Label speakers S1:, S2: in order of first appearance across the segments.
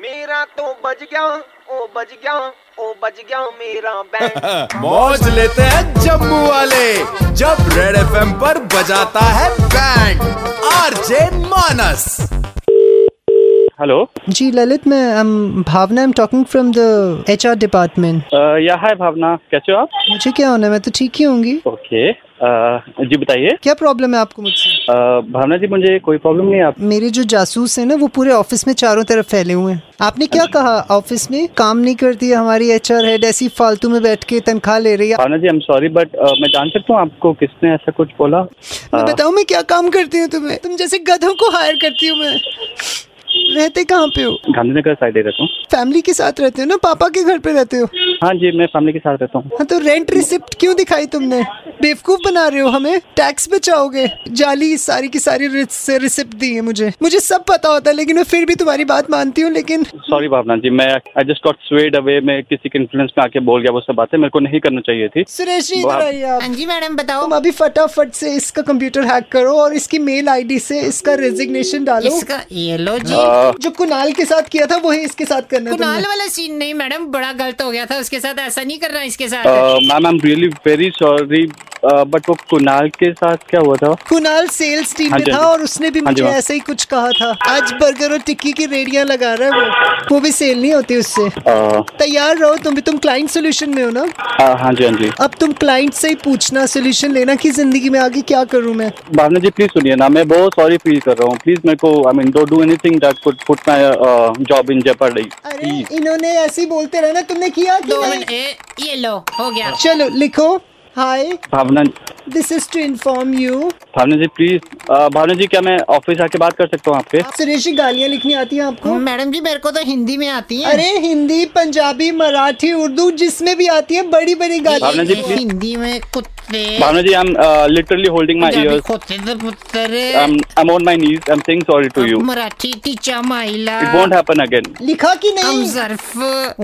S1: मेरा तो बज गया ओ बज गया ओ बज गया मेरा बैंड
S2: मौज लेते हैं जम्मू वाले जब रेड एफएम पर बजाता है band RJ Manas
S3: hello
S4: G. Lalit, मैं I'm Bhavna. I'm talking from the HR department.
S3: या हाय भावना कैसे हो आप
S4: मुझे क्या होना है? मैं तो ठीक ही होंगी
S3: ओके अ, Uh, जी बताइए
S4: क्या प्रॉब्लम है आपको मुझसे
S3: अ, भावना जी मुझे कोई प्रॉब्लम नहीं है आप
S4: मेरे जो जासूस हैं ना वो पूरे ऑफिस में चारों तरफ फैले हुए हैं आपने क्या कहा ऑफिस में काम नहीं करती है हमारी एचआर हेड ऐसी फालतू में बैठ के तनख्वाह ले रही है
S3: भावना ji I am sorry but uh, मैं जान सकता हूँ आपको किसने ऐसा कुछ बोला Uh,
S4: मैं
S3: अ,
S4: बताऊँ मैं क्या काम करती हूँ तुम्हें तुम जैसे गधों को हायर करती हूँ मैं रहते कहाँ पे हो
S3: गांधीनगर साइड ही रहता हूँ
S4: फैमिली के साथ रहते हो ना पापा के घर पे रहते हो
S3: हाँ जी मैं फैमिली के साथ रहता हूँ
S4: हाँ तो रेंट रिसिप्ट क्यों दिखाई तुमने बेवकूफ बना रहे हो हमें टैक्स बचाओगे जाली सारी की सारी रिस- से रिसिप्ट दी है मुझे मुझे सब पता होता है लेकिन मैं फिर भी तुम्हारी बात मानती हूँ लेकिन
S3: सॉरी भावना जी मैं I just got swayed away मैं किसी के इन्फ्लुएंस में आके बोल गया वो सब बातें मेरे को नहीं करना चाहिए थी
S4: सुरेश जी इधर
S3: बाप-
S4: आइए आप
S5: हाँ जी मैडम बताओ
S4: तुम अभी फटाफट से इसका कंप्यूटर हैक करो और इसकी मेल आईडी से इसका रेजिग्नेशन डालो
S5: इसका ये लो जी
S3: अ,
S4: जो कुणाल के साथ किया था वही इसके साथ करना है
S5: कुणाल
S4: तुमने।
S5: वाला सीन नहीं मैडम बड़ा गलत हो गया था उसके साथ ऐसा नहीं करना इसके साथ
S3: uh, ma'am I am really very sorry but uh, वो कुणाल के साथ क्या हुआ था
S4: कुणाल सेल्स टीम
S3: हाँ
S4: में
S3: जी,
S4: था
S3: हाँ जी।
S4: और उसने भी
S3: हाँ जी,
S4: मुझे
S3: मैम।
S4: ऐसा ही कुछ कहा था आज बर्गर और टिक्की की रेडियां लगा रहा है वो वो भी सेल नहीं होती उससे
S3: अ,
S4: तैयार रहो तुम भी तुम क्लाइंट सोल्यूशन में हो ना
S3: Uh, हाँ हाँ जी हाँ जी
S4: अब तुम क्लाइंट से ही पूछना सोल्यूशन लेना कि जिंदगी में आगे क्या करूं मैं
S3: भावना जी प्लीज सुनिए ना मैं बहुत सॉरी फील कर रहा हूँ प्लीज मेरे को I mean don't do anything that could put my job in jeopardy
S4: अरे इन्होंने ऐसे ही बोलते रहना तुमने किया कि
S5: दो
S4: नहीं?
S5: मिनट ए, ये लो हो गया
S4: चलो लिखो hi
S3: Bhavna
S4: this is to inform you
S3: Bhavna ji please Bhavna ji क्या मैं ऑफिस आके बात कर सकता हूँ आपके
S4: सुरेश जी, गालियां लिखनी आती हैं आपको
S5: मैडम जी मेरे को तो हिंदी में आती है
S4: हाँ। अरे हिंदी पंजाबी मराठी उर्दू जिसमें भी आती है बड़ी बड़ी
S3: भावना
S4: गालियां
S3: जी, please।
S5: हिंदी में कुत्ते
S3: Bhavna ji uh, I am literally holding my
S5: Punjabi
S3: ears
S5: खोते दे पुत्तर
S3: I am on my knees I am saying sorry to you
S5: Marathi टीचा माइला
S3: इट वोंट हैपन अगेन
S4: लिखा कि नहीं
S5: हमजर्फ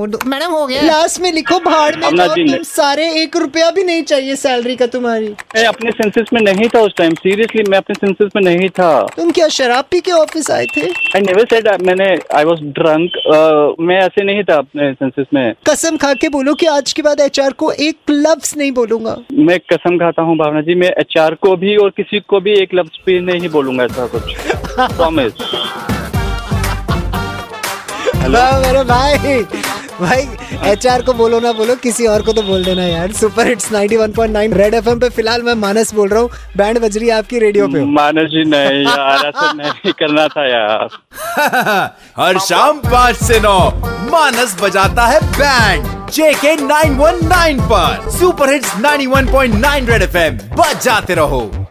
S5: उर्दू मैडम हो गया
S4: लास्ट में लिखो भाड़ में
S3: भावना
S4: जाओ,
S3: जी ने-
S4: तुम सारे एक रुपया भी नहीं चाहिए सैलरी का तुम्हारी
S3: मैं अपने सेंसेस में नहीं था उस टाइम सीरियसली मैं अपने सेंसेस में नहीं था
S4: तुम क्या शराब पी के ऑफिस आए थे
S3: आई नेवर सेड मैंने आई वाज ड्रंक Uh, मैं ऐसे नहीं था अपने सेंसेस में
S4: कसम खा के बोलो कि आज के बाद एचआर को एक लफ्ज नहीं बोलूंगा
S3: मैं कसम खाता हूँ भावना जी मैं एचआर को भी और किसी को भी एक लफ्ज पे नहीं बोलूंगा ऐसा कुछ प्रॉमिस
S4: वाह मेरे भाई भाई एचआर को बोलो ना बोलो किसी और को तो बोल देना यार सुपर हिट्स 91.9 रेड एफएम पे फिलहाल मैं मानस बोल रहा हूँ बैंड बज रही है आपकी रेडियो पे हो।
S3: मानस जी नहीं यार ऐसा नहीं करना था यार
S2: हर शाम पाँच से नौ मानस बजाता है बैंड जेके 919 पर सुपर हिट्स 91.9 रेड एफएम बजाते रहो